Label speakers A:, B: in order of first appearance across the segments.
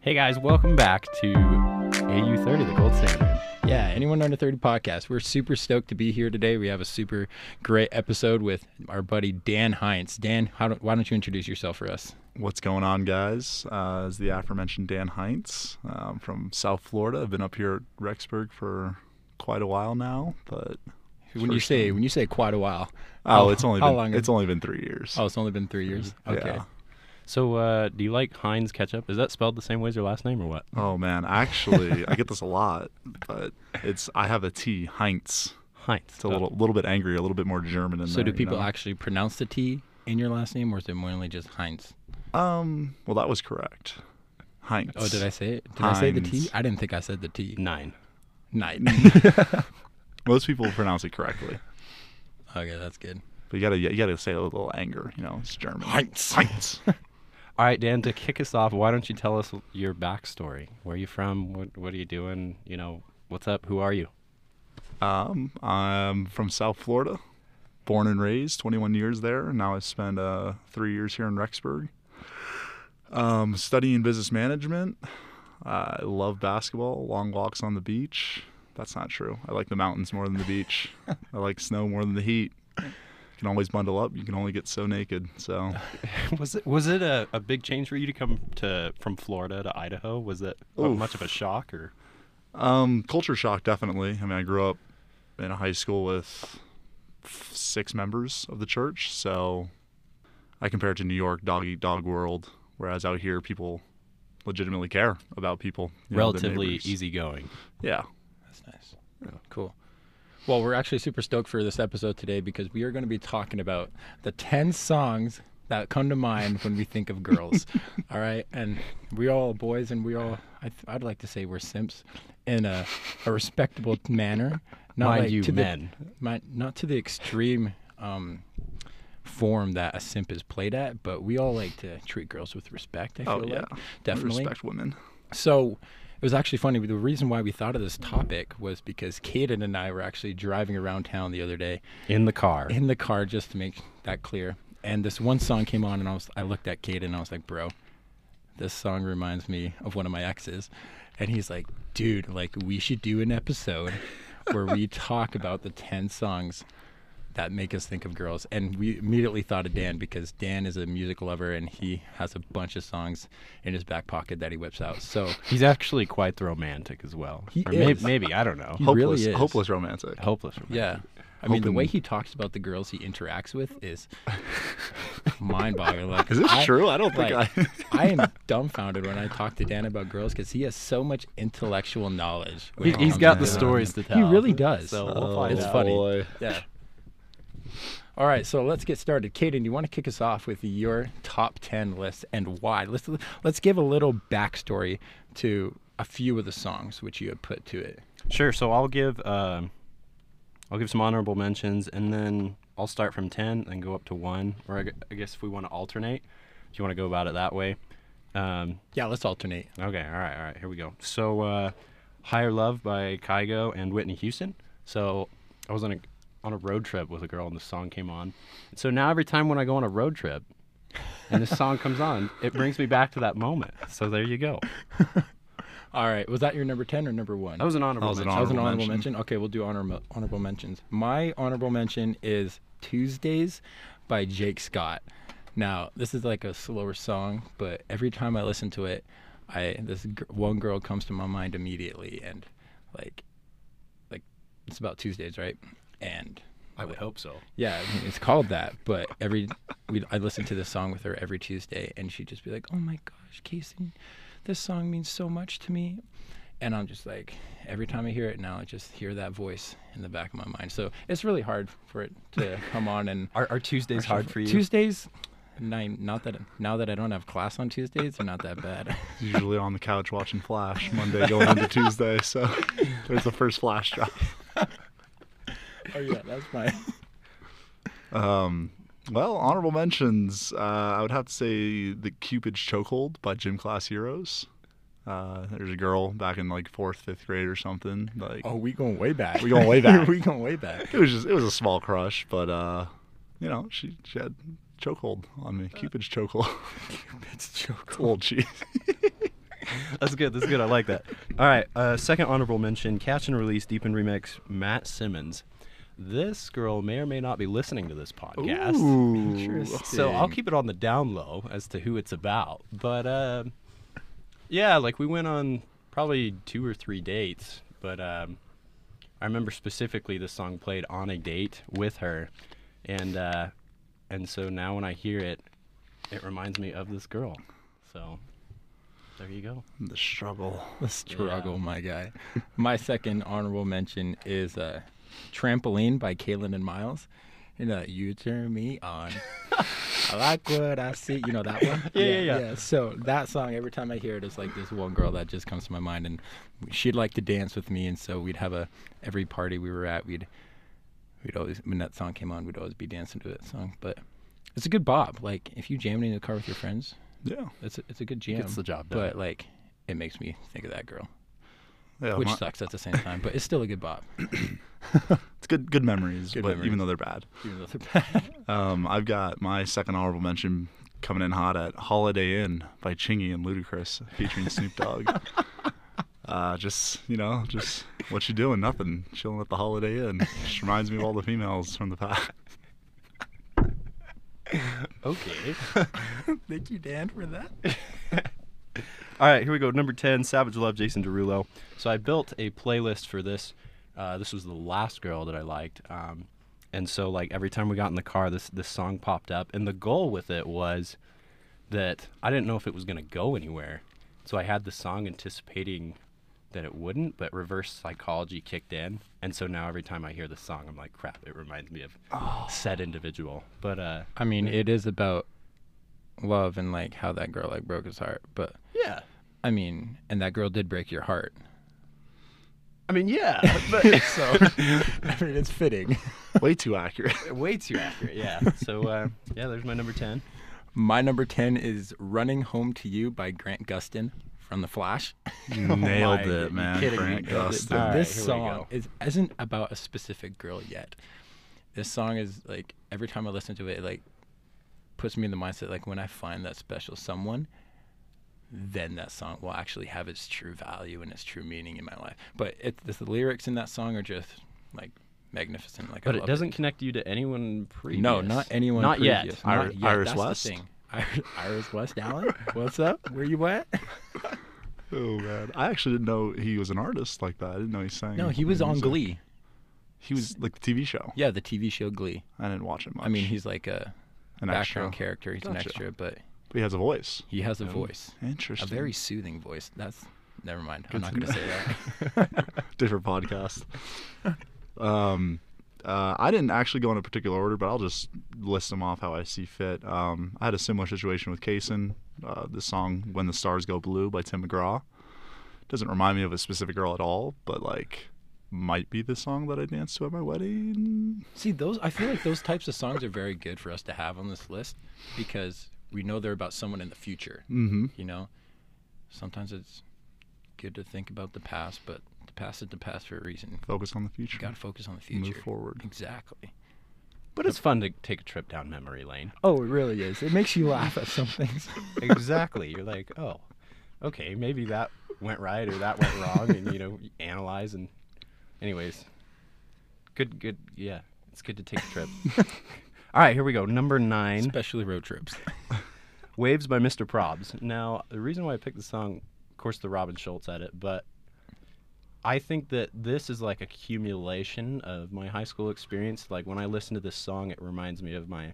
A: Hey guys, welcome back to AU30, the gold standard. Yeah, anyone under 30 podcast. We're super stoked to be here today. We have a super great episode with our buddy Dan Heinz. Dan, how do, why don't you introduce yourself for us?
B: What's going on, guys? Uh, is the aforementioned Dan Heinz um, from South Florida. I've been up here at Rexburg for quite a while now, but
A: When you
B: First
A: say when you say quite a while.
B: oh,
A: how-
B: it's only
A: how
B: been
A: long?
B: it's only been three years.
A: oh, it's only been three years. Okay.
B: Yeah.
C: So, uh, do you like Heinz ketchup? Is that spelled the same way as your last name, or what?
B: Oh man, actually, I get this a lot, but it's I have a T Heinz.
C: Heinz.
B: It's a little little bit angry, a little bit more German in
A: Oh. So
B: there.
A: do
B: you
A: people
B: know?
A: actually pronounce the T in your last name, or is it mainly just Heinz?
B: Um, well, that was correct. Heinz.
A: Oh, did I say it? Did I say the T?
B: Heinz.
A: I didn't think I said the T.
C: nine.
A: Night.
B: Most people pronounce it correctly,
A: okay, that's good.
B: but you gotta you gotta say it with a little anger. You know, it's German.
A: Heinz.
B: Heinz.
C: All right, Dan. To kick us off, why don't you tell us your backstory? Where are you from? What What are you doing? You know, what's up? Who are you?
B: Um, I'm from South Florida, born and raised, 21 years there. Now I've spent uh, three years here in Rexburg, um, studying business management. Uh, I love basketball, long walks on the beach. That's not true. I like the mountains more than the beach. I like snow more than the heat. You can always bundle up. You can only get so naked. So
C: was it Was it a, a big change for you to come to from Florida to Idaho? Was that a-
B: Oof.
C: much of a shock, or
B: Um, culture shock, definitely. I mean, I grew up in a high school with f- six members of the church, so I compare it to New York, dog eat dog world. Whereas out here, people legitimately care about people. you know, their
C: relatively
B: neighbors.
C: easygoing?
B: Yeah.
A: That's nice. Cool. Well, we're actually super stoked for this episode today because we are going to be talking about the 10 songs that come to mind when we think of girls. all right. And we all boys and we all, I th- I'd like to say we're simps in a, a respectable manner. Not
C: Mind
A: like
C: you,
A: to
C: men.
A: The, my, not to the extreme um, form that a simp is played at, but we all like to treat girls with respect, I feel
B: Oh yeah.
A: like.
B: We
A: Definitely.
B: Respect women.
A: So it was actually funny. The reason why we thought of this topic was because Kaden and I were actually driving around town the other day
C: In the car.
A: in the car, just to make that clear. And this one song came on, and I was I looked at Kaden and I was like, "Bro, this song reminds me of one of my exes," and he's like, "Dude, like we should do an episode where we talk about the ten songs." That make us think of girls, and we immediately thought of Dan because Dan is a music lover and he has a bunch of songs in his back pocket that he whips out. So
C: He's actually quite the romantic as well.
A: He
C: or may-
A: is.
C: maybe I don't know.
A: He really
B: hopeless,
A: is.
B: hopeless romantic.
C: Hopeless. Romantic.
A: Yeah. I mean, the way
B: Hoping-
A: he talks about the girls he interacts with is mind-boggling. Like,
B: Is this
A: I-
B: true? I don't think
A: like,
B: I.
A: I am dumbfounded when I talk to Dan about girls because he has so much intellectual knowledge. when
C: He,
A: it
C: he's
A: comes
C: got
A: to
C: the
A: girls.
C: stories to tell.
A: He really does.
C: So we'll find
A: it's
C: out.
A: funny.
B: boy.
A: Yeah. All right, so let's get started. Kaden, you want to kick us off with your top ten list and why? Let's let's give a little backstory to a few of the songs which you had put to it.
C: Sure. So I'll give um I'll give some honorable mentions, and then I'll start from ten and go up to one. Or I, gu- I guess if we want to alternate, if you want to go about it that way. Um,
A: Yeah, let's alternate.
C: okay. All right. All right. Here we go. So uh, "Higher Love" by Kygo and Whitney Houston. So I was on a on a road trip with a girl, and the song came on. So now every time when I go on a road trip, and this song comes on, it brings me back to that moment. So there you go.
A: All right, was that your number ten or number one?
C: That was an honorable.
B: That was an
C: mention.
A: That was an
B: honorable
A: honorable mention.
B: mention.
A: Okay, we'll do honorable honorable mentions. My honorable mention is Tuesdays by Jake Scott. Now, this is like a slower song, but every time I listen to it, I this gr- one girl comes to my mind immediately and like like it's about Tuesdays, right? And
C: I would hope so.
A: yeah, I mean, it's called that. But every we I listen to this song with her every Tuesday, and she'd just be like, "Oh my gosh, Casey, this song means so much to me." And I'm just like, every time I hear it now, I just hear that voice in the back of my mind. So it's really hard for it to come on. And
C: Are, are Tuesdays hard for you?
A: Tuesdays, nine, not that now that I don't have class on Tuesdays, they're not that bad.
B: Usually on the couch watching Flash Monday going into Tuesday, so there's the first Flash drop.
A: oh yeah, that's my.
B: Um, well, honorable mentions. Uh, I would have to say the Cupid's Chokehold by Gym Class Heroes. Uh, there's a girl back in like fourth, fifth grade or something. Like
A: Oh, we going way back.
B: We going way back.
A: we going way back.
B: it was just it was a small crush, but uh, you know she she had chokehold on me. Cupid's chokehold.
A: It's a joke.
B: Old cheese.
C: That's good. That's good. I like that. All right. Uh, second honorable mention: catch and release, deep in remix, Matt Simmons. This girl may or may not be listening to this podcast, so I'll keep it on the down low as to who it's about. But um yeah, like we went on probably two or three dates, but um, I remember specifically this song played on a date with her, and uh, and so now when I hear it, it reminds me of this girl. So there you go.
B: the struggle.
A: The struggle, my guy. My second honorable mention is uh, Trampoline by Kaylin and Miles. You know, you turn me on. I like what I see. You know that one?
C: Yeah, yeah, yeah.
A: So that song, every time I hear it, it's like this one girl that just comes to my mind, and she'd like to dance with me, and so we'd have a every party we were at, we'd we'd always when that song came on, we'd always be dancing to that song. But it's a good bob. Like if you jam it in the car with your friends,
B: Yeah.
A: it's a, it's a good jam.
C: Gets the job done.
A: But like, it makes me think of that girl,
B: Yeah.
A: which
B: my-
A: sucks at the same time. But it's still a good bop,
B: it's good good memories,
A: Good
B: but
A: memories.
B: even though they're bad.
A: even though they're bad.
B: Um, I've got my second honorable mention coming in hot at Holiday Inn by Chingy and Ludacris featuring Snoop Dogg. uh, just, you know, just what you doing? Nothing. Chilling at the Holiday Inn. Just reminds me of all the females from the past.
C: Okay.
A: Thank you, Dan, for that.
C: All right, here we go. Number 10, Savage Love, Jason Derulo. So I built a playlist for this. Uh, this was the last girl that I liked. Um, and so, like, every time we got in the car, this, this song popped up. And the goal with it was that I didn't know if it was going to go anywhere. So I had the song anticipating that it wouldn't, but reverse psychology kicked in. And so now every time I hear the song, I'm like, crap, it reminds me of said individual. But, uh,
A: I mean, it is about love and like how that girl like broke his heart. But
C: yeah.
A: I mean, and that girl did break your heart.
C: I mean, yeah. But.
A: So I mean, it's fitting.
B: Way too accurate.
C: Way too accurate, yeah. So uh, yeah, there's my number ten.
A: My number ten is "Running Home to You" by Grant Gustin from The Flash.
B: Nailed
A: Oh my-
B: it, man.
A: kidding me.
B: Grant
A: Nailed it.
B: Gustin.
A: But
C: All right,
A: this
C: here we
A: song
C: go.
A: is, isn't about a specific girl yet. This song is like every time I listen to it, it like puts me in the mindset like when I find that special someone, then that song will actually have its true value and its true meaning in my life. But it, the, the lyrics in that song are just like magnificent. Like,
C: But
A: I
C: it
A: love
C: doesn't connect you to anyone previous.
A: No, not anyone.
C: Not
A: previous.
C: yet.
A: Not
B: Iri-
A: yet.
B: Iris
A: That's
B: West?
A: The thing. Ir- Iris West, Allen. What's up? Where you at?
B: Oh man, I actually didn't know he was an artist like that. I didn't know he sang.
A: No, he was on
B: music.
A: Glee.
B: He was like the TV show.
A: Yeah, the TV show Glee.
B: I didn't watch it much.
A: I mean, he's like a
B: An
A: background
B: extra.
A: character. He's an
B: Gotcha.
A: extra, but
B: But he has a voice.
A: he has a voice, a
B: Interesting.
A: very soothing voice. That's never mind.
B: Good
A: I'm not
B: to
A: going to say that.
B: different podcast. um, uh, I didn't actually go in a particular order, but I'll just list them off how I see fit. Um, I had a similar situation with Kaysen. Uh, the song "When the Stars Go Blue" by Tim McGraw doesn't remind me of a specific girl at all, but like might be the song that I danced to at my wedding.
A: See, those I feel like those types of songs are very good for us to have on this list because we know they're about someone in the future.
B: Mm-hmm.
A: You know, sometimes it's good to think about the past, but the past is the past for a reason.
B: Focus on the future.
A: You got to focus on the
B: Move
A: future.
B: forward.
A: Exactly.
C: But it's fun to take a trip down memory lane.
A: Oh, it really is. It makes you laugh at some things.
C: exactly. You're like, oh, okay, maybe that went right or that went wrong, and you know, you analyze and, anyways, good, good, yeah, it's good to take a trip. All right, here we go. Number nine.
A: Especially road trips.
C: Waves by Mr. Probs. Now, the reason why I picked the song, of course, the Robin Schulz edit, but I think that this is like accumulation of my high school experience. Like when I listen to this song, it reminds me of my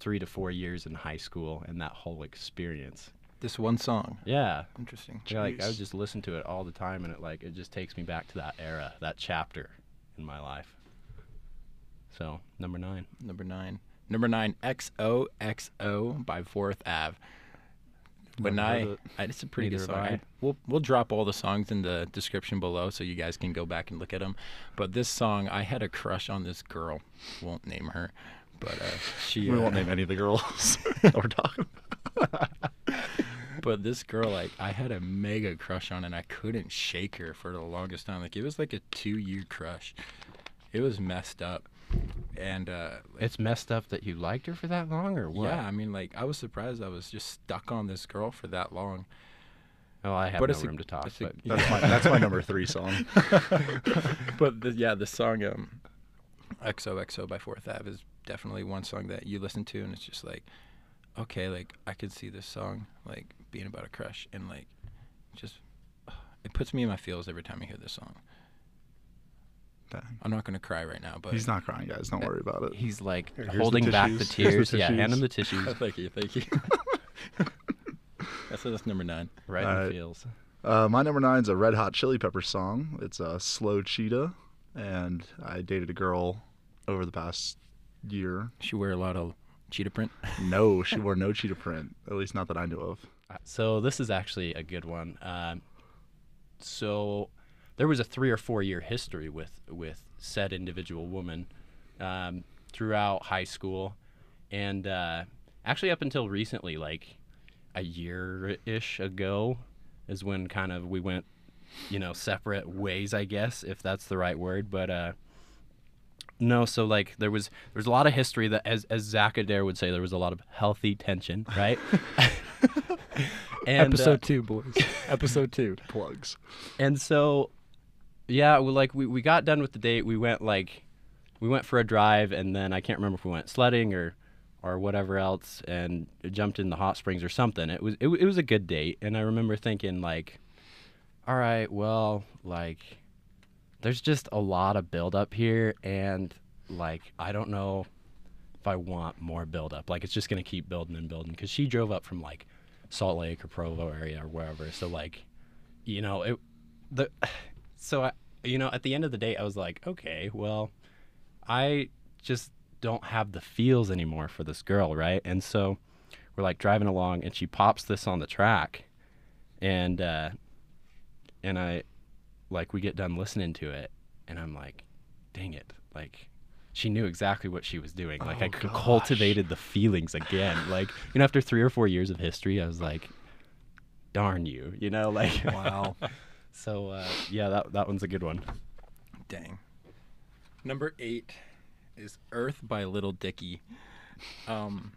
C: three to four years in high school and that whole experience.
A: This one song.
C: Yeah.
A: Interesting.
C: Yeah, like I
B: Jeez.
C: would just listen to it all the time, and it like it just takes me back to that era, that chapter in my life. So number nine.
A: Number nine. Number nine, XOXO by Fourth Ave. When
B: Never
A: I,
B: heard it.
A: I, it's a pretty
C: Neither
A: good song.
C: have I.
A: I- we'll we'll drop all the songs in the description below so you guys can go back and look at them. But this song, I had a crush on this girl. Won't name her, but uh, she.
B: We
A: uh,
B: won't name any of the girls that we're talking about.
A: But this girl, like, I had a mega crush on, and I couldn't shake her for the longest time. Like, it was like a two-year crush. It was messed up, and uh, like,
C: It's messed up that you liked her for that long, or what?
A: yeah, I mean, like, I was surprised I was just stuck on this girl for that long.
C: Oh, I have
A: But
C: no
A: it's a-
C: room to talk.
A: it's a-
C: But
B: That's my that's my number three song.
A: but the, yeah, the song um, XOXO by Fourth Ave is definitely one song that you listen to and it's just like, okay, like I could see this song like being about a crush and like just it puts me in my feels every time I hear this song.
B: Dang.
A: I'm not gonna cry right now, but
B: He's not crying, guys. Don't worry about it.
C: he's like
B: Here, uh, here's the
C: holding back the
B: tissues. Here's
C: tears.
B: the
C: yeah, hand him
B: tissues.
C: the tissues.
A: thank you, thank you. that's that's number nine.
C: Right
B: All
C: in the
B: right.
C: feels.
B: Uh, my number nine is a Red Hot Chili Pepper song. It's a slow cheetah, and I dated a girl over the past year.
A: She wear a lot of cheetah print.
B: No, she wore no cheetah print. At least not that I knew of.
C: So this is actually a good one. Um, so there was a three or four year history with with said individual woman um, throughout high school, and uh, actually up until recently, like a year ish ago, is when kind of we went, you know, separate ways. I guess if that's the right word, but. Uh, no, so like there was there was a lot of history that, as as Zach Adair would say, there was a lot of healthy tension, right? and, uh,
A: Episode two, boys. Episode two.
B: Plugs.
C: and so yeah we like we, we got done with the date we went like we went for a drive and then i can't remember if we went sledding or or whatever else and jumped in the hot springs or something it was it, wa- it was a good date and i remember thinking like all right well like there's just a lot of buildup here and like i don't know if i want more buildup like it's just gonna keep building and building because she drove up from like salt lake or provo area or wherever so like you know it the so I, you know at the end of the day i was like okay well i just don't have the feels anymore for this girl right and so we're like driving along and she pops this on the track and uh and i like we get done listening to it and i'm like dang it like she knew exactly what she was doing like i
B: Oh,
C: c-
B: gosh.
C: cultivated the feelings again like you know after three or four years of history i was like darn you you know like
A: Wow.
C: so uh, yeah, that that one's a good one.
A: Dang. Number eight is Earth by Little Dicky. Um,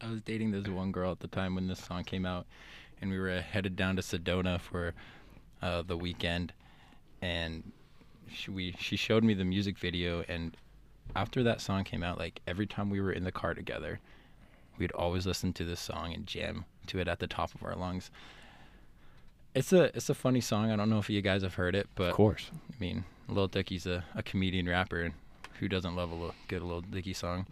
A: I was dating this one girl at the time when this song came out, and we were headed down to Sedona for uh, the weekend, and she, we she showed me the music video, and after that song came out, like every time we were in the car together, we'd always listen to this song and jam to it at the top of our lungs. It's a it's a funny song. I don't know if you guys have heard it, but
C: course.
A: I mean, Lil Dicky's a, a comedian rapper, and who doesn't love a little, good Lil Dicky song?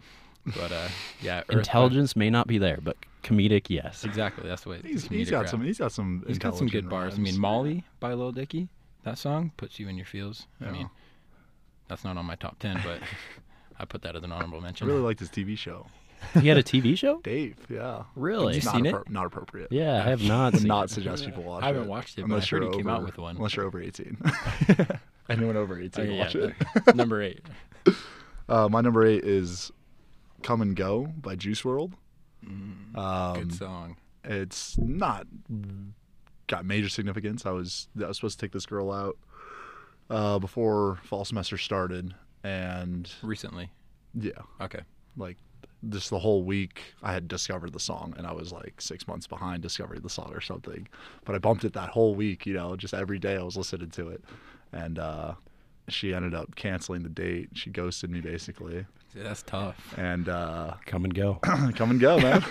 A: But uh, yeah, Earth by-
C: Intelligence may not be there, but comedic, yes.
A: exactly. That's what
B: He's,
A: comedic
B: he's got
A: rap.
B: some. He's got some.
A: He's got some good
B: intelligent
A: bars. I
B: rhymes.
A: mean, Molly by Lil Dicky, that song puts you in your feels. I
B: Yeah.
A: mean, that's not on my top ten, but I put that as an honorable
B: I
A: mention.
B: really liked his TV show,
C: He had a TV show.
B: Dave. Yeah.
C: Really?
A: Have you
B: not
A: seen it?
B: appro- Not appropriate.
C: Yeah, I have not.
B: Would
C: seen
B: not
C: it.
B: suggest people watch it.
A: I haven't watched it, but I
B: unless
A: heard
B: you're
A: he came out
B: over-
A: with one.
B: Unless you're over 18. Anyone over 18
A: Okay, Oh, yeah,
B: watch it.
A: that- number eight.
B: Uh, my number eight is "Come and Go" by Juice World. Um,
A: Good song.
B: it's not got major significance. I was I was supposed to take this girl out uh, before fall semester started, and
A: Recently.
B: yeah,
A: Okay.
B: like just the whole week I had discovered the song, and I was like six months behind discovering the song or something. But I bumped it that whole week, you know, just every day I was listening to it, and uh, she ended up canceling the date. She ghosted me basically,
A: See, that's tough.
B: and uh,
C: Come and go.
B: come and go, man.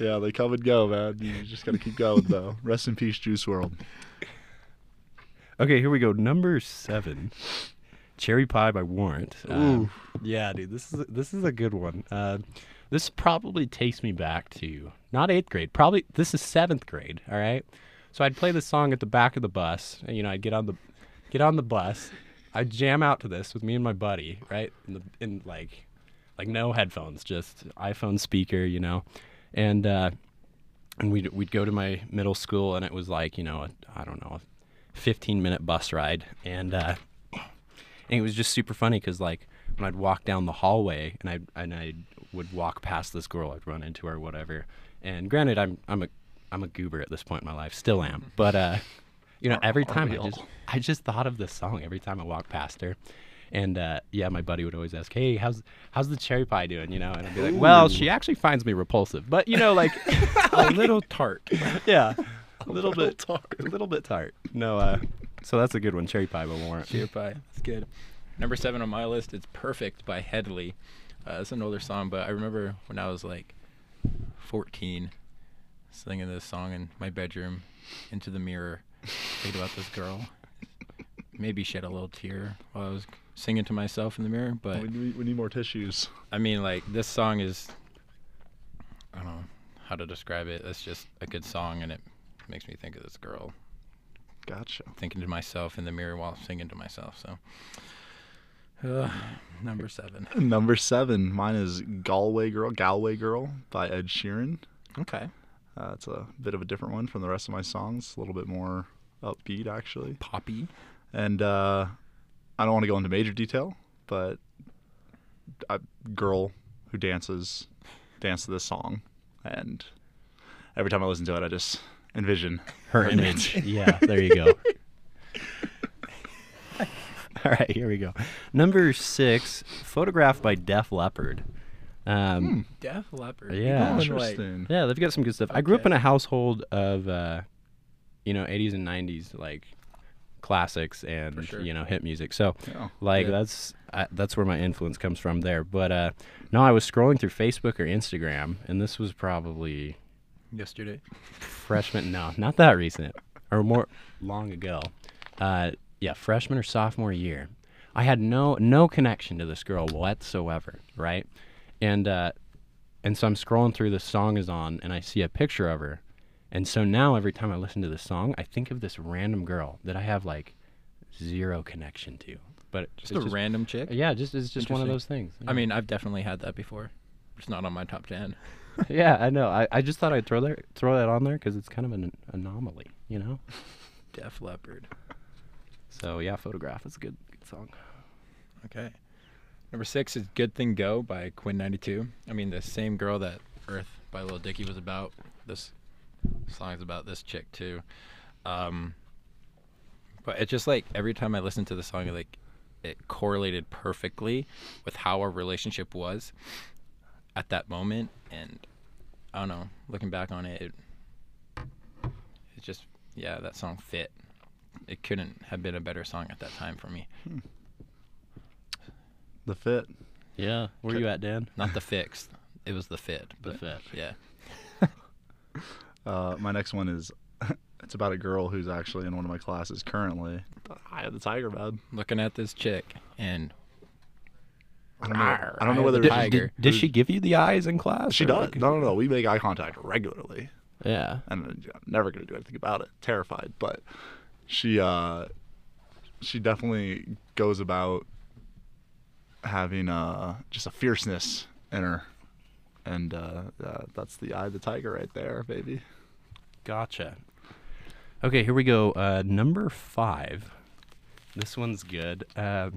B: yeah, they come and go, man. You just gotta keep going, though. Rest in peace, Juice World.
C: okay, here we go. Number seven, Cherry Pie by Warrant. Um, yeah, dude, this is this is a good one. Uh, this probably takes me back to not eighth grade. Probably this is seventh grade. All right, so I'd play this song at the back of the bus. And, you know, I'd get on the get on the bus. I'd jam out to this with me and my buddy, right? In the in like like no headphones, just iPhone speaker, you know, and. uh and we'd we'd go to my middle school, and it was like you know I I don't know, a fifteen minute bus ride, and uh, and it was just super funny because like when I'd walk down the hallway and I and I would walk past this girl, I'd run into her, whatever. And granted, I'm I'm a I'm a goober at this point in my life, still am, but uh, you know every time I
B: we all?
C: just I just thought of this song every time I walked past her, And uh, yeah, my buddy would always ask, "Hey, how's how's the cherry pie doing?" You know, and I'd be like, "Well, she actually finds me repulsive, but you know, like,
A: a little tart.
C: yeah, a little bit tart, a little bit tart." No, uh, so that's a good one, cherry pie by Warrant.
A: Dear Pie. That's good. Number seven on my list, it's Perfect by Headley. Uh, it's an older song, but I remember when I was like 14, singing this song in my bedroom, into the mirror, thinking about this girl. Maybe shed a little tear while I was singing to myself in the mirror, but
B: Oh, We need, we need more tissues.
A: I mean, like this song is, I don't know how to describe it. It's just a good song, and it makes me think of this girl
B: Gotcha.
A: thinking to myself in the mirror while singing to myself. So, Ugh, number seven.
B: Number seven, mine is Galway Girl, Galway Girl by Ed Sheeran.
A: Okay.
B: Uh, it's a bit of a different one from the rest of my songs, a little bit more upbeat actually.
A: Poppy.
B: And uh, I don't want to go into major detail, but a girl who dances danced to this song, and every time I listen to it, I just envision
C: Her image. yeah, there you go. All right, here we go. Number six, photograph by Def Leppard. Um,
A: Def Leppard.
C: Yeah.
A: You're going, Oh, like-
B: Interesting.
C: Yeah, they've got some good stuff. I grew up
A: Okay.
C: in a household of, uh, you know, 80s and 90s like classics and
A: sure.
C: you know hit music. So
B: Yeah.
C: like
A: Yeah.
C: that's I, that's where my influence comes from there. But uh, no, I was scrolling through Facebook or Instagram, and this was probably
A: yesterday.
C: freshman. no, not that recent or more long ago. Uh, yeah, freshman or sophomore year. I had no no connection to this girl whatsoever, right? And uh, and so I'm scrolling through the song is on, and I see a picture of her, and so now every time I listen to this song, I think of this random girl that I have like zero connection to. But
A: Just a random chick.
C: yeah, just it's just one of
A: Interesting.
C: those things.
A: I mean, I've definitely had that before. It's not on my top ten.
C: yeah, I know. I, I just thought I'd throw there throw that on there because it's kind of an anomaly, you know.
A: Def Leppard.
C: So yeah, photograph is a good, good song.
A: Okay. Number six is Good Thing Go by Quinn 92. I mean, the same girl that Earth by Lil Dicky was about. This song's about this chick, too. Um, but it's just like every time I listen to the song, like it correlated perfectly with how our relationship was at that moment. And I don't know, looking back on it, it, it just, yeah, that song fit. It couldn't have been a better song at that time for me.
B: The fit.
C: Yeah, where you at, Dan?
A: Not the fixed. It was the fit.
C: The
A: but-
C: fit.
A: Yeah.
B: Uh, my next one is it's about a girl who's actually in one of my classes currently. I had the tiger, bud.
A: Looking at this chick and
B: I don't know,
A: Arr,
B: I don't know
A: I had
B: whether
A: the
B: it's-
A: tiger.
C: Did she give you the eyes in class?
B: she
C: or,
B: does.
C: like-
B: No, no, no. We make eye contact regularly,
C: Yeah.
B: and uh, I'm never gonna do anything about it. Terrified, but she uh, she definitely goes about having uh, just a fierceness in her, and uh, uh, that's the eye of the tiger right there, baby.
C: Gotcha. Okay, here we go. Uh, number five. This one's good. Uh,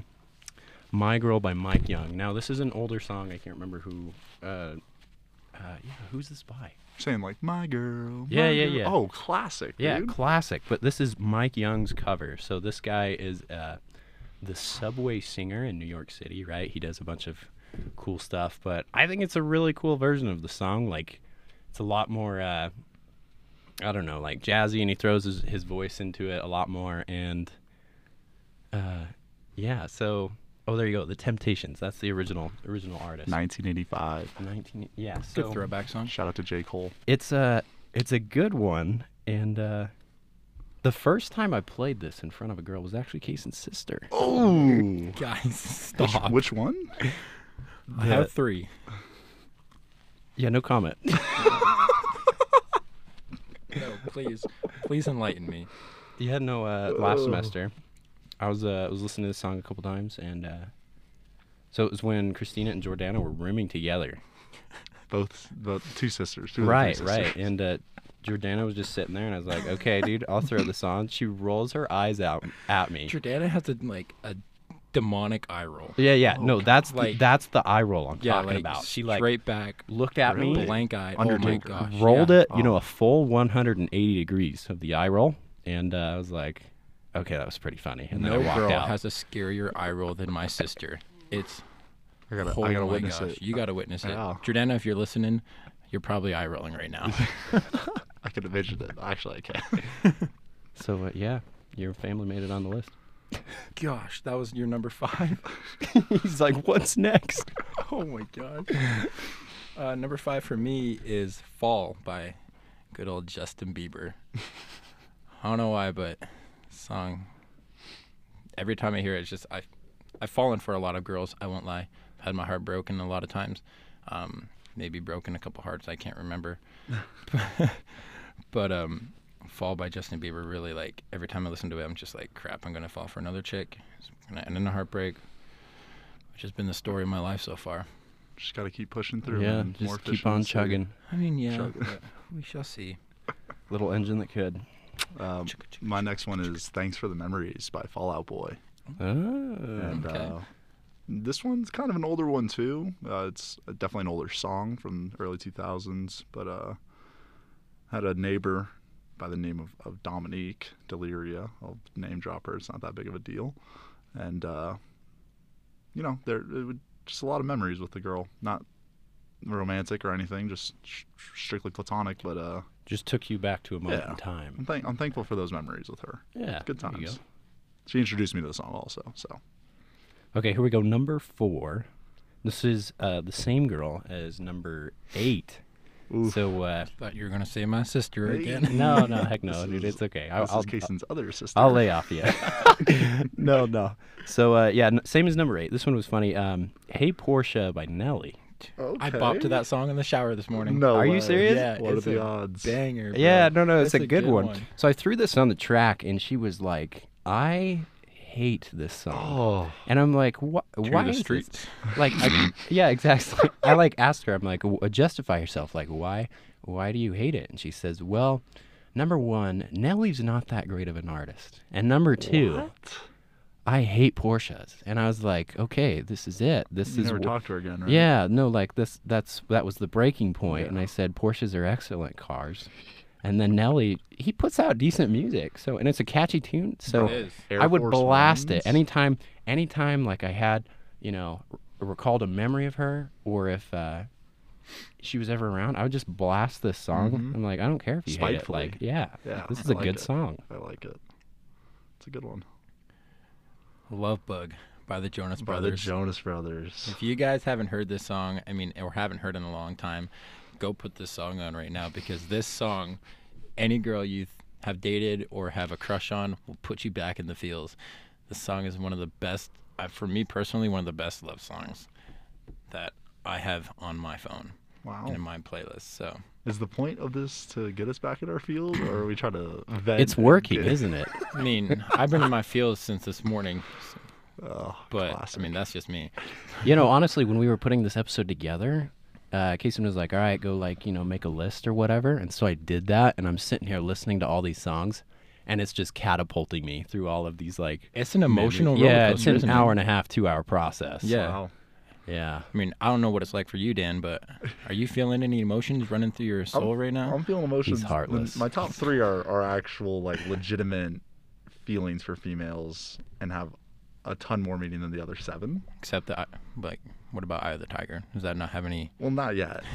C: My Girl by Mike Young. Now, this is an older song. I can't remember who. Uh, uh, yeah, who's this by?
B: Saying like my girl.
C: Yeah,
B: my
C: yeah,
B: girl."
C: yeah.
B: Oh, classic.
C: Yeah,
B: dude.
C: classic. But this is Mike Young's cover. So this guy is uh, the subway singer in New York City, right? He does a bunch of cool stuff. But I think it's a really cool version of the song. Like, it's a lot more, uh, I don't know, like jazzy, and he throws his, his voice into it a lot more. And uh, yeah, so oh, there you go, The Temptations. That's the original original artist.
B: 1985.
C: 19, yeah, so
A: good throwback song.
B: Shout out to J. Cole.
C: it's a it's a good one and uh the first time I played this in front of a girl was actually Casey's sister.
B: Oh,
A: Guys, stop.
B: which one?
A: I have three.
C: Yeah, no comment.
A: No, please, please enlighten me.
C: yeah, no. Uh, last semester, I was uh, I was listening to this song a couple times, and uh, so it was when Christina and Jordana were rooming together.
B: Both, both two sisters. Two of the three
C: Right,
B: sisters.
C: right. And uh, Jordana was just sitting there, and I was like, "Okay, dude, I'll throw this on." She rolls her eyes out at me.
A: Jordana has a, like a demonic eye roll.
C: Yeah, yeah. No, that's the,
A: oh like-
C: that's the eye roll I'm
A: Yeah,
C: talking
A: like
C: about. She like
A: straight back,
C: looked at me,
B: Really?
A: blank eyed. Oh my
B: Undertaker.
A: gosh.
C: rolled
A: yeah. Oh.
C: it, you know, a full 180 degrees of the eye roll. And uh, I was like, okay, that was pretty funny. And then
A: No
C: I walked
A: girl
C: out.
A: has a scarier eye roll than my sister. It's
B: I gotta,
A: oh
B: I gotta
A: my
B: witness
A: gosh,
B: it.
A: you gotta witness it,
B: Wow.
A: Jordana. If you're listening, you're probably eye rolling right now.
B: I can envision it. Actually, I can.
C: so uh, yeah, your family made it on the list.
A: gosh, that was your number five.
C: He's like, what's next?
A: oh my god. Uh, number five for me is "Fall" by good old Justin Bieber. I don't know why, but song. Every time I hear it, it's just I, I've fallen for a lot of girls. I won't lie. I've had my heart broken a lot of times. Um, maybe broken a couple hearts. I can't remember. but um, "Fall" by Justin Bieber really like every time I listen to it, I'm just like, crap. I'm gonna fall for another chick. It's gonna end in a heartbreak. Which has been the story of my life so far.
B: Just gotta keep pushing through.
C: yeah,
B: man. More
C: just
B: fish
C: keep
B: in the
C: on
B: sea.
C: chugging.
A: I mean, yeah,
B: Sure.
A: but we shall see.
C: Little engine that could.
B: Um, my next one is "Thanks for the Memories" by Fallout Boy.
C: Oh.
B: And
A: Okay.
B: uh, this one's kind of an older one too. Uh, it's definitely an older song from the early 2000s, but uh, had a neighbor by the name of, of Dominique Deliria. I'll name drop her. It's not that big of a deal, and uh, you know there it would, just a lot of memories with the girl. Not romantic or anything, just sh- strictly platonic. But uh,
C: Just took you back to a moment
B: Yeah.
C: in time.
B: I'm thank- I'm thankful for those memories with her.
C: Yeah.
B: Good
C: there you
B: times.
C: go.
B: She introduced me to the song also. So
C: Okay, here we go. Number four. This is uh, the same girl as number eight. So uh,
A: Thought you were gonna say my sister
B: Hey.
A: again.
C: no, no, heck no,
B: This
C: dude.
B: is-
C: It's okay. I,
B: this
C: I'll
B: is Kaysen's other sister.
C: I'll lay off you. no, no. So uh, yeah, n- same as number eight. This one was funny. Um, hey Portia by Nelly.
A: I bopped to that song in the shower this morning.
B: No,
C: Are you
B: way.
C: serious?
A: Yeah,
B: What are
A: it's
B: the
A: a
B: odds?
A: Banger. bro.
C: Yeah, no, no, it's
A: That's
C: a, good, one. So I threw this on the track, and she was like, "I hate this song,"
B: Oh,
C: and I'm like, "What? Why
A: the
C: is this?"
A: streets.
C: Like, I, yeah, exactly. I like asked her. I'm like, w- "Justify yourself. Like, why? Why do you hate it?" And she says, "Well." Number one, Nelly's not that great of an artist. And number two, I hate Porsches. And I was like, okay, this is it. This
B: you
C: is
B: never
C: wh-
B: talked to her again, right?
C: Yeah, no, like this that's that was the breaking point and I said Porsches are excellent cars. And then Nelly, he puts out decent music. So and it's a catchy tune. So
A: It is.
B: Air
C: I would
B: Force
C: blast
B: Ones.
C: it anytime anytime like I had, you know, r- recalled a memory of her or if uh she was ever around, I would just blast this song. I'm like, I don't care if you hate it.
B: Mm-hmm. Spitefully.
C: Like, yeah,
B: Yeah,
C: this is
B: I
C: a
B: like
C: good
B: it.
C: song.
B: I like it. It's a good one.
A: Love Bug by the Jonas
B: By
A: Brothers.
B: the Jonas Brothers.
A: if you guys haven't heard this song, I mean, or haven't heard in a long time, go put this song on right now because this song, any girl you th- have dated or have a crush on, will put you back in the feels. This song is one of the best, uh, for me personally, one of the best love songs that I have on my phone and
B: Wow.
A: in my playlist. So
B: Is the point of this to get us back in our field, or are we trying to vent?
C: It's
B: and
C: working,
B: get-
C: isn't it?
A: I mean, I've been in my feels since this morning, so-
B: Oh,
A: but
B: classic.
A: I mean that's just me.
C: You know, honestly, when we were putting this episode together, uh, Kason was like, "All right, go like you know make a list or whatever," and so I did that, and I'm sitting here listening to all these songs, and it's just catapulting me through all of these like.
A: It's an emotional roller
C: yeah, it's
A: coaster,
C: an
A: isn't it?
C: hour and a half, two hour process.
A: Yeah.
B: Wow.
C: yeah.
A: I mean, I don't know what it's like for you, Dan, but are you feeling any emotions running through your soul right now?
B: I'm feeling emotions. The-
C: heartless.
B: My top three are, are actual like legitimate feelings for females and have a ton more meaning than the other seven.
A: Except that, like, what about Eye of the Tiger? Does that not have any?
B: Well, not yet.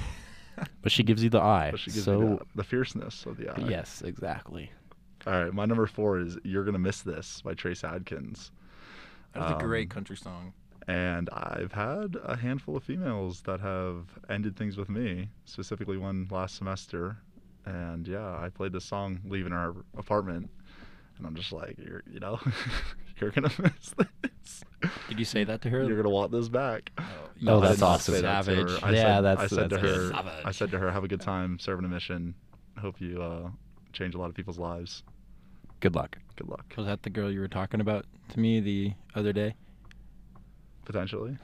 C: But she gives you the eye.
B: But she gives
C: so
B: me the, the fierceness of the eye.
C: yes, exactly.
B: All right, my number four is "You're Gonna Miss This" by Trace Adkins,
A: That's a great country song.
B: and I've had a handful of females that have ended things with me, specifically one last semester, and yeah, I played this song leaving our apartment, and I'm just like, you're, you know, you're gonna miss this.
A: Did you say that to
B: You're
A: her?
B: gonna want this back.
C: Oh,
B: I
C: that's
B: did not
C: awesome.
B: say that to her.
A: Savage.
B: I
C: Yeah,
B: said,
C: that's-
B: I said
C: that's
B: to her.
A: awesome. Savage.
B: I said to her, "Have a good time serving a mission. Hope you uh, change a lot of people's lives.
C: Good luck.
B: Good luck."
A: Was that the girl you were talking about to me the other day?
B: Potentially,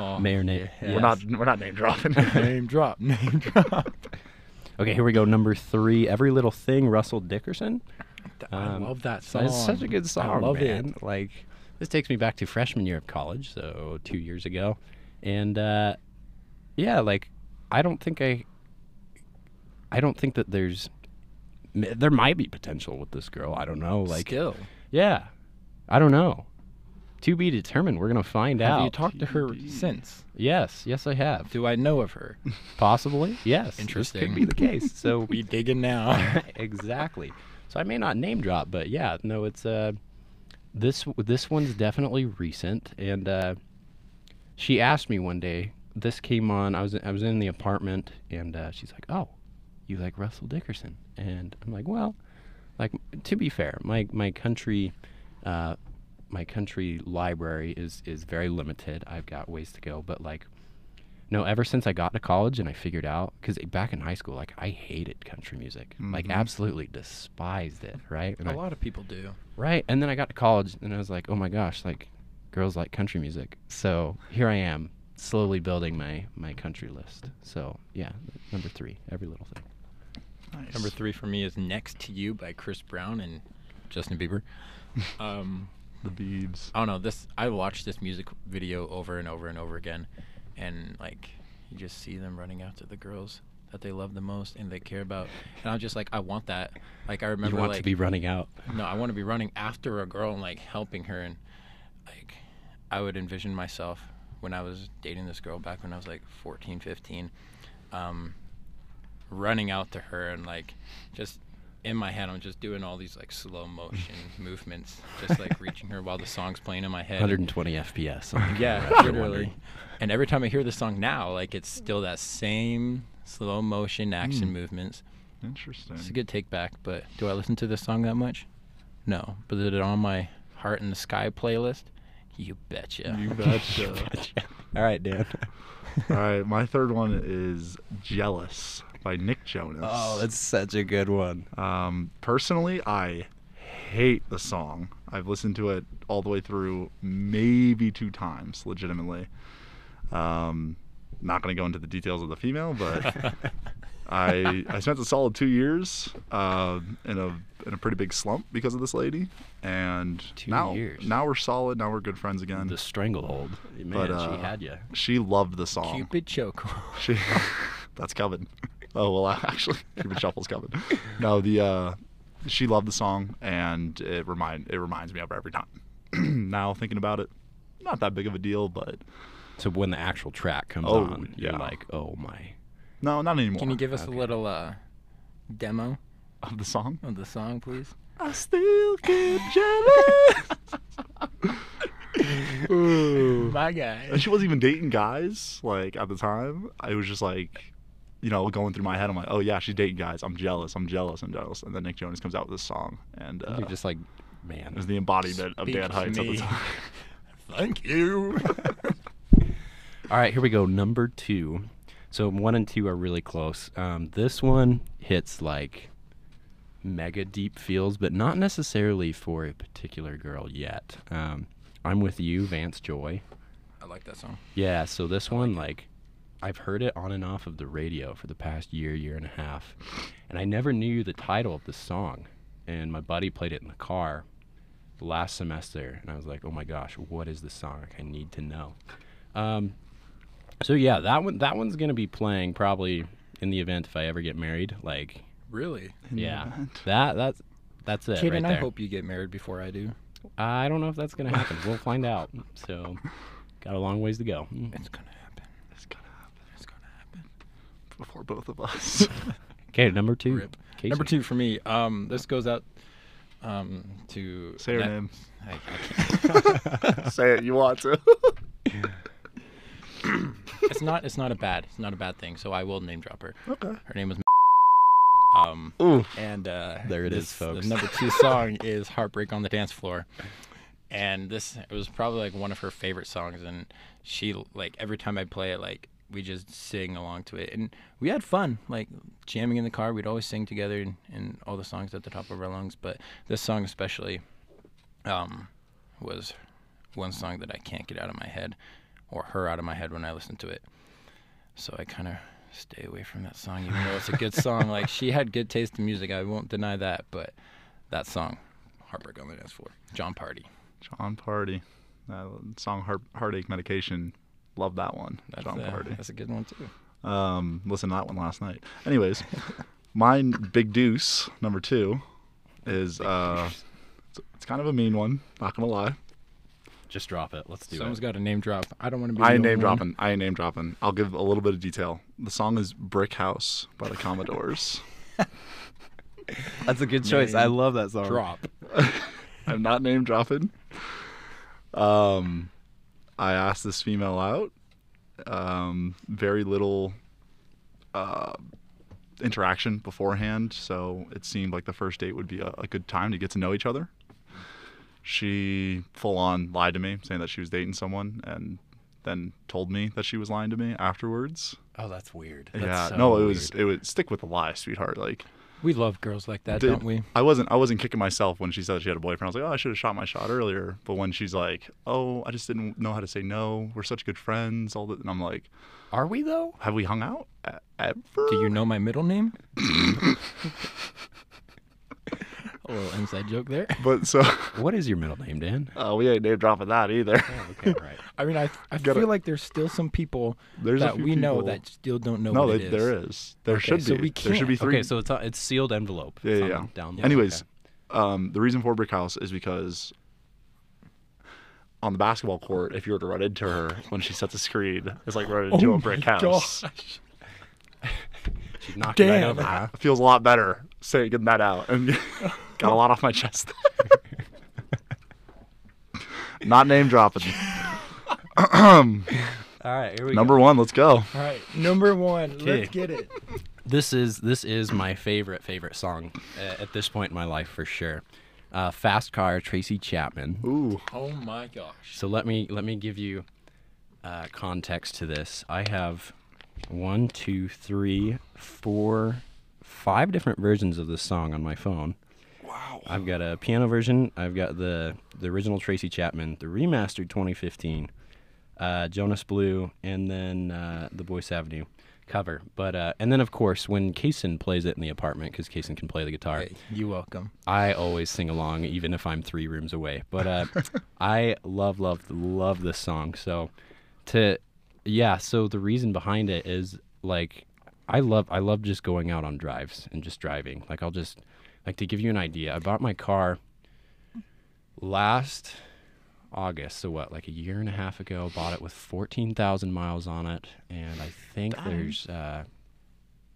A: Oh,
C: Mayor Nate.
A: yeah.
B: we're not we're not name dropping.
A: name drop. Name drop.
C: Okay, here we go. Number three, every little thing. Russell Dickerson.
A: I
C: Um,
A: love that song.
C: It's such a good song,
A: I love
C: man.
A: it.
C: Like this takes me back to freshman year of college, so two years ago, and uh, yeah, like I don't think I, I don't think that there's, m- there might be potential with this girl. I don't know, like
A: Skill.
C: yeah, I don't know. To be determined. We're gonna find
A: Have
C: out.
A: you talked to her since?
C: yes, yes, I have.
A: Do I know of her?
C: Possibly. Yes. This
A: Interesting.
C: could be the case. So
A: we digging now.
C: exactly. So I may not name drop, but yeah, no, it's uh, this this one's definitely recent, and uh, she asked me one day. This came on. I was I was in the apartment, and uh, she's like, "Oh, you like Russell Dickerson?" And I'm like, "Well, like to be fair, my my country, uh, my country library is is very limited. I've got ways to go, but like." No, ever since I got to college and I figured out, because back in high school, like I hated country music, like
B: Mhm.
C: absolutely despised it, right? And
A: Mm-hmm. a
C: I-
A: lot of people do.
C: Right. And then I got to college and I was like, oh my gosh, like girls like country music. So here I am, slowly building my, my country list. So yeah, number three, every little thing.
B: Nice.
A: Number three for me is "Next to You" by Chris Brown and Justin Bieber. Um,
B: the beads.
A: I don't know. This I watched this music video over and over and over again, and like you just see them running after the girls that they love the most and they care about, and I'm just like, I want that. Like I remember,
C: you want
A: like
C: to be running out.
A: no, I want to be running after a girl and like helping her, and like I would envision myself when I was dating this girl back when I was like 14, 15, um, running out to her and like just in my head, I'm just doing all these like slow motion movements, just like reaching her while the song's playing in my head.
C: 120 FPS. on the
A: Yeah,
C: camera, if you're
A: literally.
C: wondering.
A: And every time I hear the song now, like it's still that same slow motion action
B: Mm.
A: movements.
B: Interesting.
A: It's a good take back, but do I listen to this song that much? No. But is it on my Heart in the Sky playlist? You betcha.
B: You betcha.
C: All right, Dan.
B: All right, my third one is "Jealous" by Nick Jonas.
C: Oh, that's such a good one.
B: Um, personally, I hate the song. I've listened to it all the way through maybe two times, legitimately. Um, not going to go into the details of the female, but I I spent a solid two years uh, in a in a pretty big slump because of this lady, and
C: Two
B: now
C: years.
B: now we're solid. Now we're good friends again.
C: The stranglehold. Man,
B: But, uh,
C: she had you.
B: she loved the song.
A: Cupid Choco.
B: She, that's coming. Oh well, actually, Cupid Shuffle's coming. No, the uh, she loved the song, and it remind it reminds me of her every time. now thinking about it, not that big of a deal, but
C: So when the actual track comes
B: Oh,
C: on, you're
B: yeah.
C: like, oh my.
B: no, not anymore.
A: Can you give us
C: Okay.
A: a little uh, demo
B: of the song?
A: of the song, please?
B: I still get jealous. Ooh.
A: My guy.
B: And she wasn't even dating guys like at the time. I was just like, you know, going through my head. I'm like, oh yeah, she's dating guys. I'm jealous. I'm jealous. I'm jealous. And then Nick Jonas comes out with this song, and uh,
C: You're just like,
B: It
C: man.
B: was the embodiment of Dan
A: Speaks
B: Heights at
A: me.
B: the time.
A: Thank you.
C: All right, here we go. Number two. So one and two are really close. Um, this one hits like mega deep feels, but not necessarily for a particular girl yet. Um, I'm with you, Vance Joy.
A: I like that song.
C: Yeah, so this one, like, I've heard it on and off of the radio for the past year, year and a half, and I never knew the title of the song. And my buddy played it in the car last semester, and I was like, "Oh my gosh, what is this song? Like, I need to know." Um, so yeah, that one, that one's gonna be playing probably in the event if I ever get married. Like,
A: Really?
C: yeah, that that's that's it
A: Kaden,
C: right
A: I
C: there.
A: hope you get married before I do.
C: I don't know if that's gonna happen. we'll find out. So, got a long ways to go.
A: It's going to happen.
B: It's gonna happen
A: It's going to happen.
B: before both of us.
C: Okay, number two.
A: Rip. Number
C: Casey.
A: two for me. Um, this goes out um, to
B: Say her
A: that-
B: name.
A: I, I can't.
B: Say it. You want to?
A: it's not. It's not a bad. It's not a bad thing. So I will name drop her.
B: okay.
A: Her name is. Um,
B: Ooh.
A: and uh,
C: There it
A: it
C: is,
A: is,
C: folks.
A: The number two song is "Heartbreak on the Dance Floor," and this it was probably like one of her favorite songs. And she like every time I play it, like we just sing along to it, and we had fun like jamming in the car. We'd always sing together, and, and all the songs at the top of our lungs. But this song especially um, was one song that I can't get out of my head, or her out of my head when I listen to it. So I kind of stay away from that song, even though it's a good song. Like she had good taste in music, I won't deny that. But that song, "Heartbreak on the Dance Floor," John Party.
B: John Party. Uh, song Heart, Heartache Medication. Love that one.
A: That's,
B: John
A: uh,
B: Party.
A: That's a good one too.
B: Um, listened to that one last night. Anyways, mine Big Deuce number two is uh, It's, it's kind of a mean one. Not gonna lie.
C: Just drop it. Let's do
A: Someone's
C: it.
A: got a name drop. I don't want to be.
B: I
A: the
B: ain't
A: only
B: name
A: one.
B: dropping. I ain't name dropping. I'll give a little bit of detail. The song is "Brick House" by the Commodores.
C: That's a good choice. I love that song.
A: Drop.
B: I'm not name dropping. Um, I asked this female out. Um, very little uh, interaction beforehand, so it seemed like the first date would be a, a good time to get to know each other. She full on lied to me, saying that she was dating someone, and then told me that she was lying to me afterwards.
C: Oh, that's weird.
B: yeah,
C: That's so
B: no, it was
C: weird.
B: it would stick with the lie, sweetheart. Like
A: We love girls like that,
B: did-
A: don't we?
B: I wasn't I wasn't kicking myself when she said she had a boyfriend. I was like, oh, I should have shot my shot earlier. But when she's like, oh, I just didn't know how to say no. We're such good friends. All that, and I'm like,
C: Are we though?
B: have we hung out e- ever?
A: Do you know my middle name? a little inside joke there.
B: But so
C: What is your middle name, Dan?
B: uh, we ain't name dropping that either.
C: Okay, right.
A: I mean, I I
B: Gotta-
A: feel like there's still some people
B: There's a
A: that
B: few
A: we know
B: people-
A: that still don't know
B: no,
A: what
B: they-
A: it is.
B: there is. There
A: Okay,
B: should be.
A: so we
B: There should be
A: can't.
B: three.
C: Okay, so it's on, it's sealed envelope.
B: yeah,
C: It's
B: yeah.
C: on
B: yeah.
C: the- Down low.
B: Anyways,
C: Okay.
B: um, the reason for Brick House is because. On the basketball court, if you were to run into her when she sets a screen, it's like running
A: Oh
B: into a brick house.
A: Gosh.
C: she's knocked right
A: Dan.
C: over. Huh?
B: It feels a lot better saying getting that out and got a lot off my chest. Not name dropping.
C: All right, here we go.
B: Number one, let's go.
A: All right, number one.
C: Okay.
A: Let's get it.
C: This is this is my favorite favorite song uh, at this point in my life for sure. Uh, Fast Car, Tracy Chapman.
B: Ooh,
A: Oh my gosh.
C: So let me let me give you uh, context to this. I have one, two, three, four, five different versions of this song on my phone. Wow! I've got a piano version. I've got the the original Tracy Chapman, the remastered 2015, uh, Jonas Blue, and then uh, the Boyce Avenue cover. But uh, and then of course when Kaysen plays it in the apartment because Kaysen can play the guitar.
A: Hey, you welcome.
C: I always sing along, even if I'm three rooms away. But uh, I love, love, love this song. So, to yeah. So the reason behind it is like I love, I love just going out on drives and just driving. Like I'll just like to give you an idea. I bought my car last August. So what, like a year and a half ago? Bought it with fourteen thousand miles on it, and I think there's uh,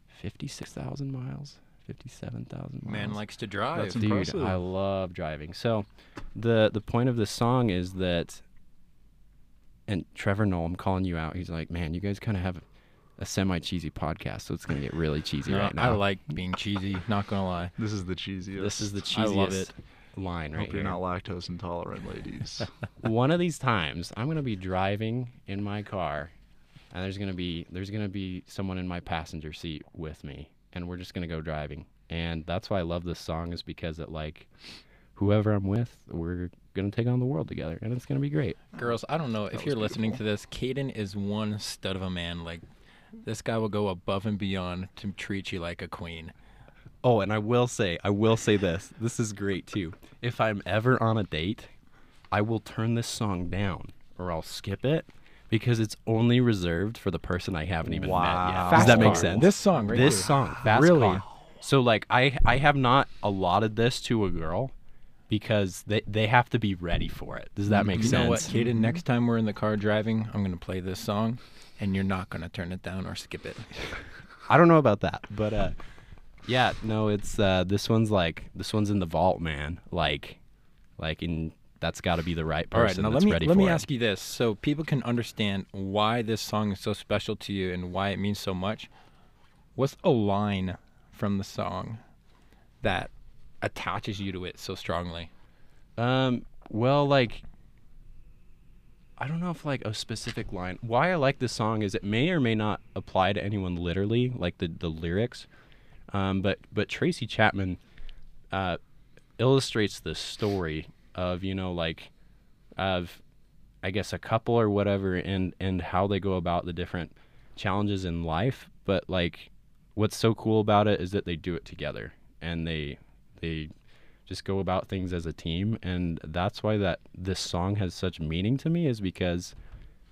C: fifty-six thousand miles. 57,000 miles.
A: Man likes to drive.
B: That's- impressive.
C: Dude, I love driving. So, the the point of this song is that, and Trevor Noel, I'm calling you out. He's like, man, you guys kind of have a semi cheesy podcast, so it's gonna get really cheesy
A: No,
C: right
A: I
C: now.
A: like being cheesy. Not gonna lie.
B: this is the cheesiest.
C: this is the
A: I
C: cheesiest
A: love
C: line right
B: Hope
C: here.
B: you're not lactose intolerant, ladies.
C: One of these times, I'm gonna be driving in my car, and there's gonna be there's gonna be someone in my passenger seat with me, and we're just gonna go driving. And that's why I love this song is because it like, whoever I'm with, we're gonna take on the world together, and it's gonna be great.
A: Girls, I don't know if you're listening to this. Caden is one stud of a man. Like, this guy will go above and beyond to treat you like a queen.
C: Oh, and I will say, I will say this. This is great too. If I'm ever on a date, I will turn this song down or I'll skip it because it's only reserved for the person I haven't even met yet.
B: Wow.
C: Does that
A: Fast
C: make
A: car.
C: sense?
A: This song right
C: This
A: here.
C: song, fast
A: Really?
C: car. So like I I have not allotted this to a girl because they they have to be ready for it. Does that make
A: Mm-hmm. You
C: sense?
A: know what, Caden? Next time we're in the car driving, I'm gonna play this song, and you're not gonna turn it down or skip it.
C: I don't know about that, but uh, yeah, no, it's uh, this one's like this one's in the vault, man. Like, like in that's got to be the right
A: All right,
C: person
A: now let
C: that's
A: me
C: ready
A: let
C: for
A: me
C: it.
A: ask you this, so people can understand why this song is so special to you and why it means so much. What's a line from the song that attaches you to it so strongly?
C: Um, well, like, I don't know if like a specific line. Why I like this song is it may or may not apply to anyone literally, like the the lyrics. Um, but but Tracy Chapman, uh, illustrates the story of you know like, of, I guess a couple or whatever, and and how they go about the different challenges in life. But like, what's so cool about it is that they do it together, and they they just go about things as a team and that's why that this song has such meaning to me is because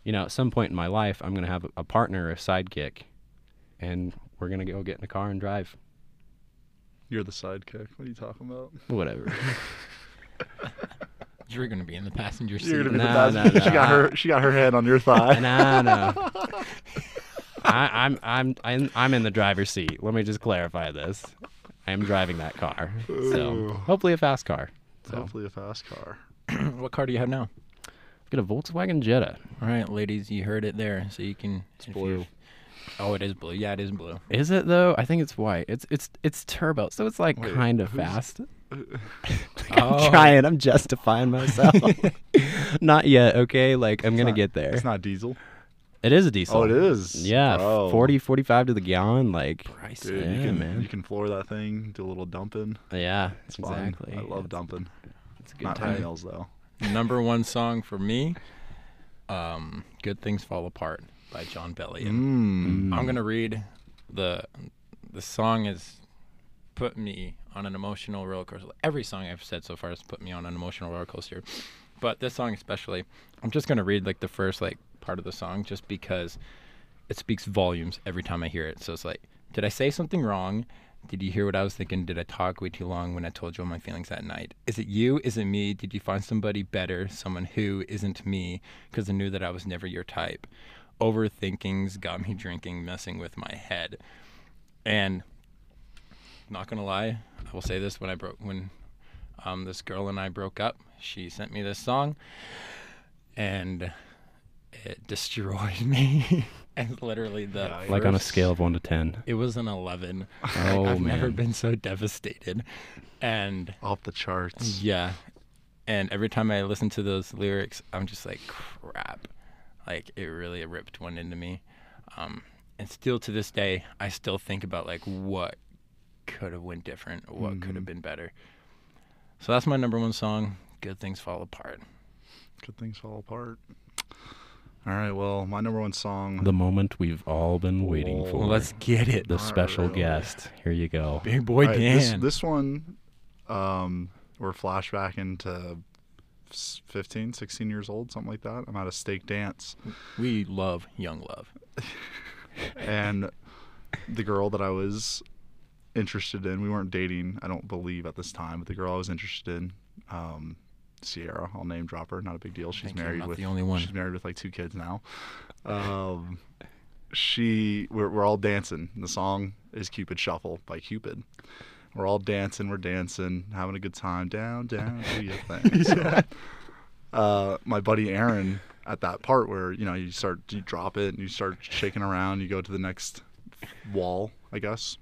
C: you know at some point in my life i'm going to have a partner a sidekick and we're going to go get in a car and drive
B: you're the sidekick. What are you talking about?
C: whatever
A: You're gonna be in the passenger seat.
B: You're gonna be the
C: No,
B: best.
C: no,
B: she
C: no.
B: got her. She got her head on your thigh.
C: No, no. I, I'm I'm I'm I'm in the driver's seat. Let me just clarify this. I am driving that car, so
B: Ooh.
C: hopefully a fast car. So I've
B: Hopefully a fast car.
A: what car do you have now?
C: got a Volkswagen Jetta.
A: All right, ladies, you heard it there. So you can. It's
C: blue.
A: Oh, it is blue. Yeah, it is blue.
C: Is it though? I think it's white. It's it's it's turbo, so it's like
B: Wait,
C: kind of
B: who's-
C: fast.
A: Oh.
C: I'm trying. I'm justifying myself. Not yet. Okay, like I'm gonna
B: not-
C: get there.
B: It's not diesel.
C: It is a diesel.
B: Oh, it is.
C: Yeah,
B: Oh.
C: forty, forty-five 40, 45 to the gallon. Like,
A: Bryson.
B: Dude, you
C: Yeah,
B: can
C: man.
B: you can floor that thing, do a little dumping.
C: yeah,
B: It's fun.
C: exactly.
B: I love dumping.
C: It's a good
B: Not
C: time.
B: nails though.
A: Number one song for me. Um, "Good Things Fall Apart" by John Bellion.
B: Mm.
A: I'm gonna read the the song has put me on an emotional roller coaster. Every song I've said so far has put me on an emotional roller coaster, but this song especially. I'm just gonna read like the first like part of the song just because it speaks volumes every time I hear it. So it's like, did I say something wrong? Did you hear what I was thinking? Did I talk way too long when I told you all my feelings that night? Is it you? Is it me? Did you find somebody better? Someone who isn't me? Because I knew that I was never your type. Overthinking's got me drinking, messing with my head. And not gonna lie, I will say this: when I broke, when um, this girl and I broke up, she sent me this song, and it destroyed me. and literally, the
C: Like on a
A: first-
C: scale of one to ten.
A: it was an eleven.
C: Oh,
A: I've never
C: man.
A: been so devastated, and
B: Off the
C: Mm-hmm.
B: charts.
A: yeah. And every time I listen to those lyrics, I'm just like, crap. Like, it really ripped one into me. Um, and still to this day, I still think about, like, what could have went different or what
C: Mm-hmm.
A: could have been better. So that's my number one song, Good Things Fall Apart.
B: Good things fall apart. All right. Well, my number one song.
C: The moment we've all been waiting for.
A: Well, let's get it.
C: the special
B: really.
C: guest. Here you go.
A: Big Boy
B: All right,
A: Dan.
B: This, this one, um, we're flashbacking to s- 15, 16 years old, something like that. I'm at a steak dance,
A: we love Young Love.
B: and the girl that I was interested in, we weren't dating, I don't believe at this time, but the girl I was interested in, um, Sierra, I'll name drop her, not a big deal. She's
A: Thank you, I'm
B: married
A: not
B: with
A: the only one.
B: She's married with like two kids now. Um, she, we're, we're all dancing. The song is Cupid Shuffle by Cupid. We're all dancing, we're dancing, having a good time. Down, down, do your thing. So, uh, my buddy Aaron, at that part where you know you start, you drop it, and you start shaking around. You go to the next wall, I guess.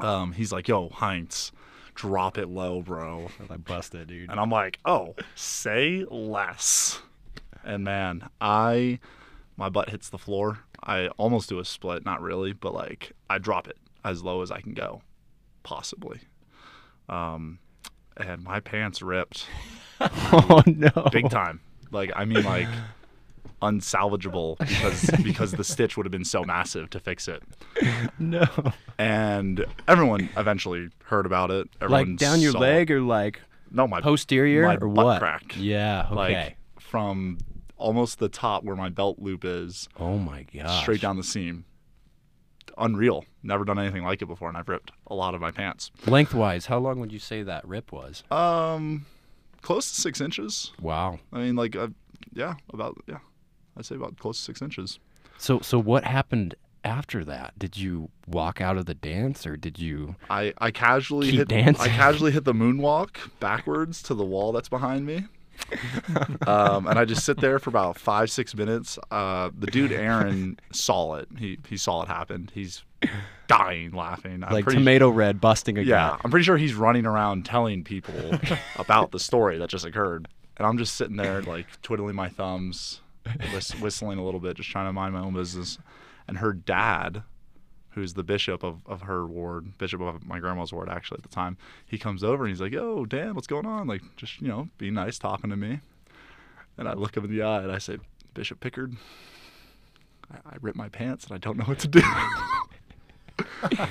B: Um, he's like, "Yo, Heinz, drop it low, bro."
C: I busted, dude.
B: And I'm like, oh, say less. And man, I, my butt hits the floor. I almost do a split, not really, but like I drop it as low as I can go, possibly. Um, and my pants ripped
C: Oh no.
B: big time. Like I mean, like unsalvageable because because the stitch would have been so massive to fix it.
C: No.
B: And everyone eventually heard about it. Everyone
C: Like down your
B: saw it.
C: leg or like
B: No, my
C: posterior
B: my
C: or
B: butt
C: what?
B: crack.
C: Yeah. Okay.
B: like from almost the top where my belt loop is
C: oh my gosh.
B: straight down the seam unreal never done anything like it before and i've ripped a lot of my pants
C: Lengthwise, how long would you say that rip was?
B: um close to six inches
C: Wow.
B: i mean like uh, yeah about yeah i'd say about close to six inches
C: So so what happened after that? Did you walk out of the dance or did you
B: i i casually
C: Keep
B: hit
C: dancing.
B: i casually hit the moonwalk backwards to the wall that's behind me um, and I just sit there for about five, six minutes. Uh, the dude Aaron saw it. He he saw it happen. He's dying laughing. I'm
C: like
B: pretty
C: tomato red busting a
B: Yeah,
C: gut?
B: I'm pretty sure he's running around telling people about the story that just occurred, and I'm just sitting there like twiddling my thumbs, whis- whistling a little bit, just trying to mind my own business. And her dad, who's the bishop of, of her ward, bishop of my grandma's ward actually at the time, he comes over and he's like, "Yo, Dan, what's going on? Like, just you know, be nice talking to me." And I look him in the eye and I say, "Bishop Pickard." I, I rip my pants and I don't know what to do.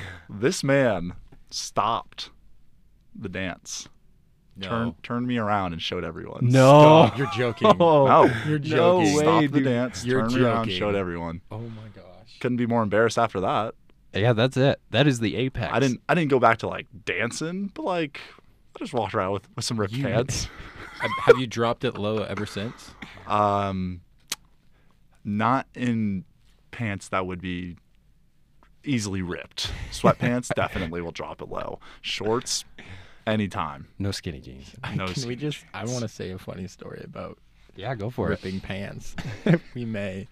B: this man stopped the dance, turned turned me around and showed everyone.
C: No.
A: Stop, you're joking.
B: no,
A: You're
C: No
A: joking.
C: way,
B: stopped the
C: dude.
B: dance,
A: You're
B: turned me around,
A: joking.
B: showed everyone.
A: Oh my gosh.
B: Couldn't be more embarrassed after that.
C: Yeah, that's it. That is the apex.
B: I didn't I didn't go back to like dancing, but like I just walked around with, with some ripped pads.
A: Have- Have you dropped it low ever since?
B: Um, not in pants that would be easily ripped. Sweatpants definitely will drop it low. Shorts, anytime.
C: No skinny jeans.
B: No
A: Can we
B: skinny
A: just? I
B: jeans.
A: want to say a funny story about
C: Yeah, go for it.
A: ripping pants. if we may.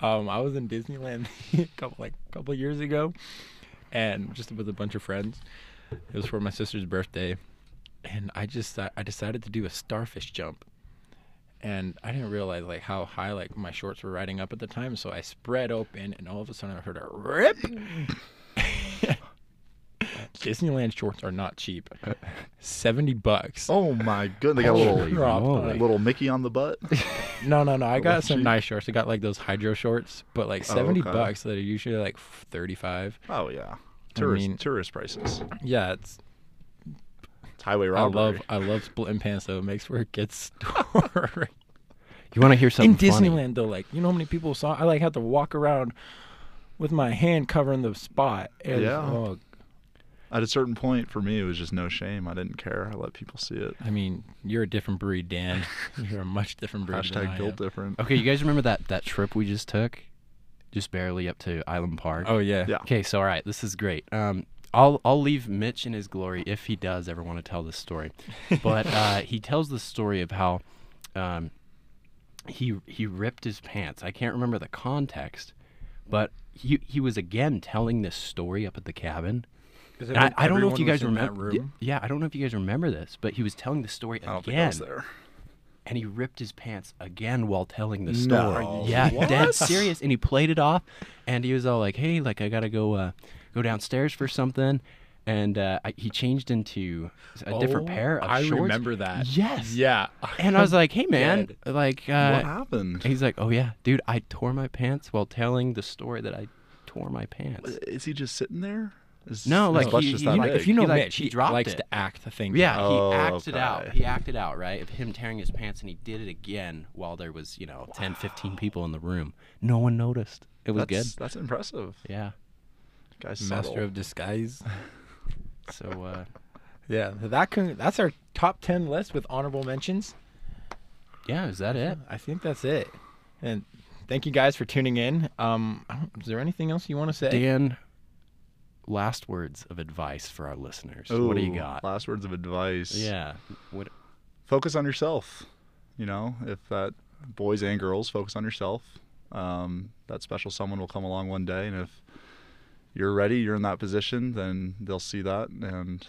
A: Um, I was in Disneyland a couple like a couple years ago, and just with a bunch of friends. It was for my sister's birthday, and I just I decided to do a starfish jump, and I didn't realize like how high like my shorts were riding up at the time. So I spread open, and all of a sudden I heard a rip. Disneyland shorts are not cheap. Seventy bucks.
B: Oh my god, they got a
A: Holy
B: little
A: crap.
C: moly.
B: little Mickey on the butt.
A: No, no, no. I got
B: ones
A: some
B: you-
A: nice shorts. I got like those hydro shorts, but like
B: Oh,
A: 70
B: okay.
A: bucks that are usually like f- 35.
B: Oh yeah, tourist
A: mean-
B: tourist prices.
A: Yeah, it's
B: It's highway
A: I
B: robbery.
A: love I love splitting pants though. It makes for a good story.
C: You want to hear something
A: In
C: funny?
A: Disneyland though, like you know how many people saw I like had to walk around with my hand covering the spot. And,
B: Yeah.
A: oh,
B: At a certain point, for me, it was just no shame. I didn't care. I let people see it.
A: I mean, you're a different breed, Dan. You're a much different breed. than I
B: Hashtag built
A: am.
B: different.
C: Okay, you guys remember that that trip we just took, just barely up to Island Park.
A: Oh yeah.
B: Yeah.
C: Okay, so all right, this is great. Um, I'll I'll leave Mitch in his glory if he does ever want to tell this story, but uh, he tells the story of how, um, he he ripped his pants. I can't remember the context, but he he was again telling this story up at the cabin. And I, I don't know if you guys remember.
A: Room?
C: Yeah, I don't know if you guys remember this, but he was telling the story
B: I don't think I
C: again,
B: was there.
C: and he ripped his pants again while telling the
B: No.
C: story.
B: Are you-
C: Yeah, dead
B: What?
C: serious. And he played it off, and he was all like, "Hey, like I gotta go, uh, go downstairs for something," and uh, I, he changed into a different
A: Oh,
C: pair of
A: I
C: shorts.
A: remember that.
C: Yes.
A: Yeah.
C: And I was like, "Hey, man,
A: Dead.
C: like."
B: what
C: Uh,
B: happened?
C: he's like, "Oh yeah, dude, I tore my pants while telling the story that I tore my pants."
B: Is he just sitting there? Is
C: No,
B: his
C: like,
B: butt's
C: he-
B: just
C: he-
B: that
C: he-
A: Like,
B: big?
A: if you know
C: He, like,
A: Mitch,
C: he
A: he,
C: dropped
A: likes
C: it.
A: to act the thing.
C: Yeah,
B: Oh,
C: he acted out.
B: okay.
C: He acted out, right? Of him tearing his pants and he did it again while there was, you know, 10, 15 people in the room. No one noticed. It was
B: that's, That's impressive.
C: good. Yeah.
B: Guy's
A: Master
B: subtle.
A: of disguise.
C: So uh
A: Yeah, that can, that's our top ten list with honorable mentions.
C: yeah, is that it?
A: I think that's it. And thank you guys for tuning in. Um, I don't, is there anything else you want to say?
C: Dan last words of advice for our listeners. what do you
B: Ooh,
C: got?
B: Last words of advice.
C: Yeah. What
B: Focus on yourself. You know, if that boys and girls focus on yourself, um, that special someone will come along one day, and if you're ready, you're in that position, then they'll see that, and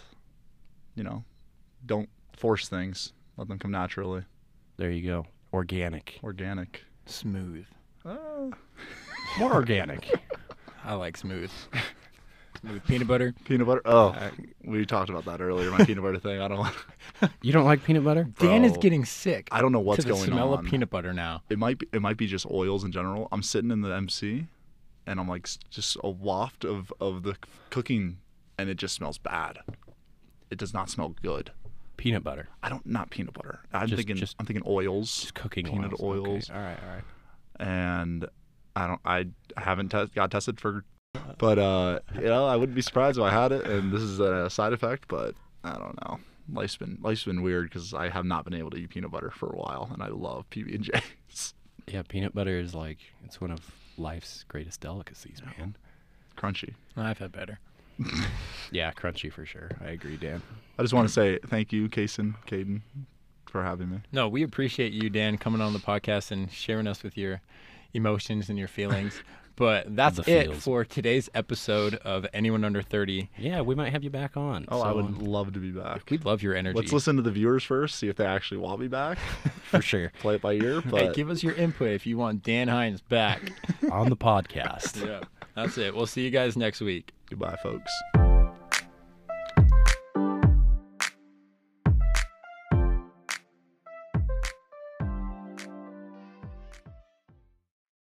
B: you know, don't force things. Let them come naturally,
C: there you go. Organic.
B: organic.
A: Smooth.
B: Ah,
C: More organic.
A: I like smooth. smooth peanut butter.
B: peanut butter. Oh, we talked about that earlier. My peanut butter thing. I don't. want
C: You don't like peanut butter?
A: Dan is
B: Bro,
A: getting sick.
B: I don't know what's
A: to the
B: going
A: smell
B: on.
A: of peanut butter now.
B: it might be it might be just oils in general. I'm sitting in the MC, and I'm like s- just a waft of of the c- cooking, and it just smells bad. It does not smell good.
C: Peanut butter.
B: I don't not peanut butter. I'm
C: Just-
B: thinking
C: just-
B: I'm thinking oils,
C: Just cooking
B: peanut
C: oils. Okay,
B: oils.
C: All right, all right.
B: and I don't I haven't te- got tested for, but uh you know I wouldn't be surprised if I had it, and this is a side effect, but I don't know. Life's been life's been weird because I have not been able to eat peanut butter for a while, and I love PB and J's.
C: Yeah, peanut butter is like it's one of life's greatest delicacies, man.
B: Crunchy.
A: I've had better.
C: Yeah, crunchy for sure. I agree, Dan.
B: I just want to say thank you, Kason, Caden, for having me.
A: No, we appreciate you, Dan, coming on the podcast and sharing us with your emotions and your feelings. But that's
C: The
A: it
C: feels.
A: for today's episode of Anyone Under 30.
C: Yeah, we might have you back on.
B: Oh, I
C: so,
B: would
C: um,
B: love to be back.
A: We love your energy.
B: Let's listen to the viewers first, see if they actually want me back.
C: for sure
B: Play it by ear, but
A: Hey, give us your input if you want Dan Hines back.
C: on the podcast.
A: yeah, that's it. We'll see you guys next week.
B: goodbye, folks.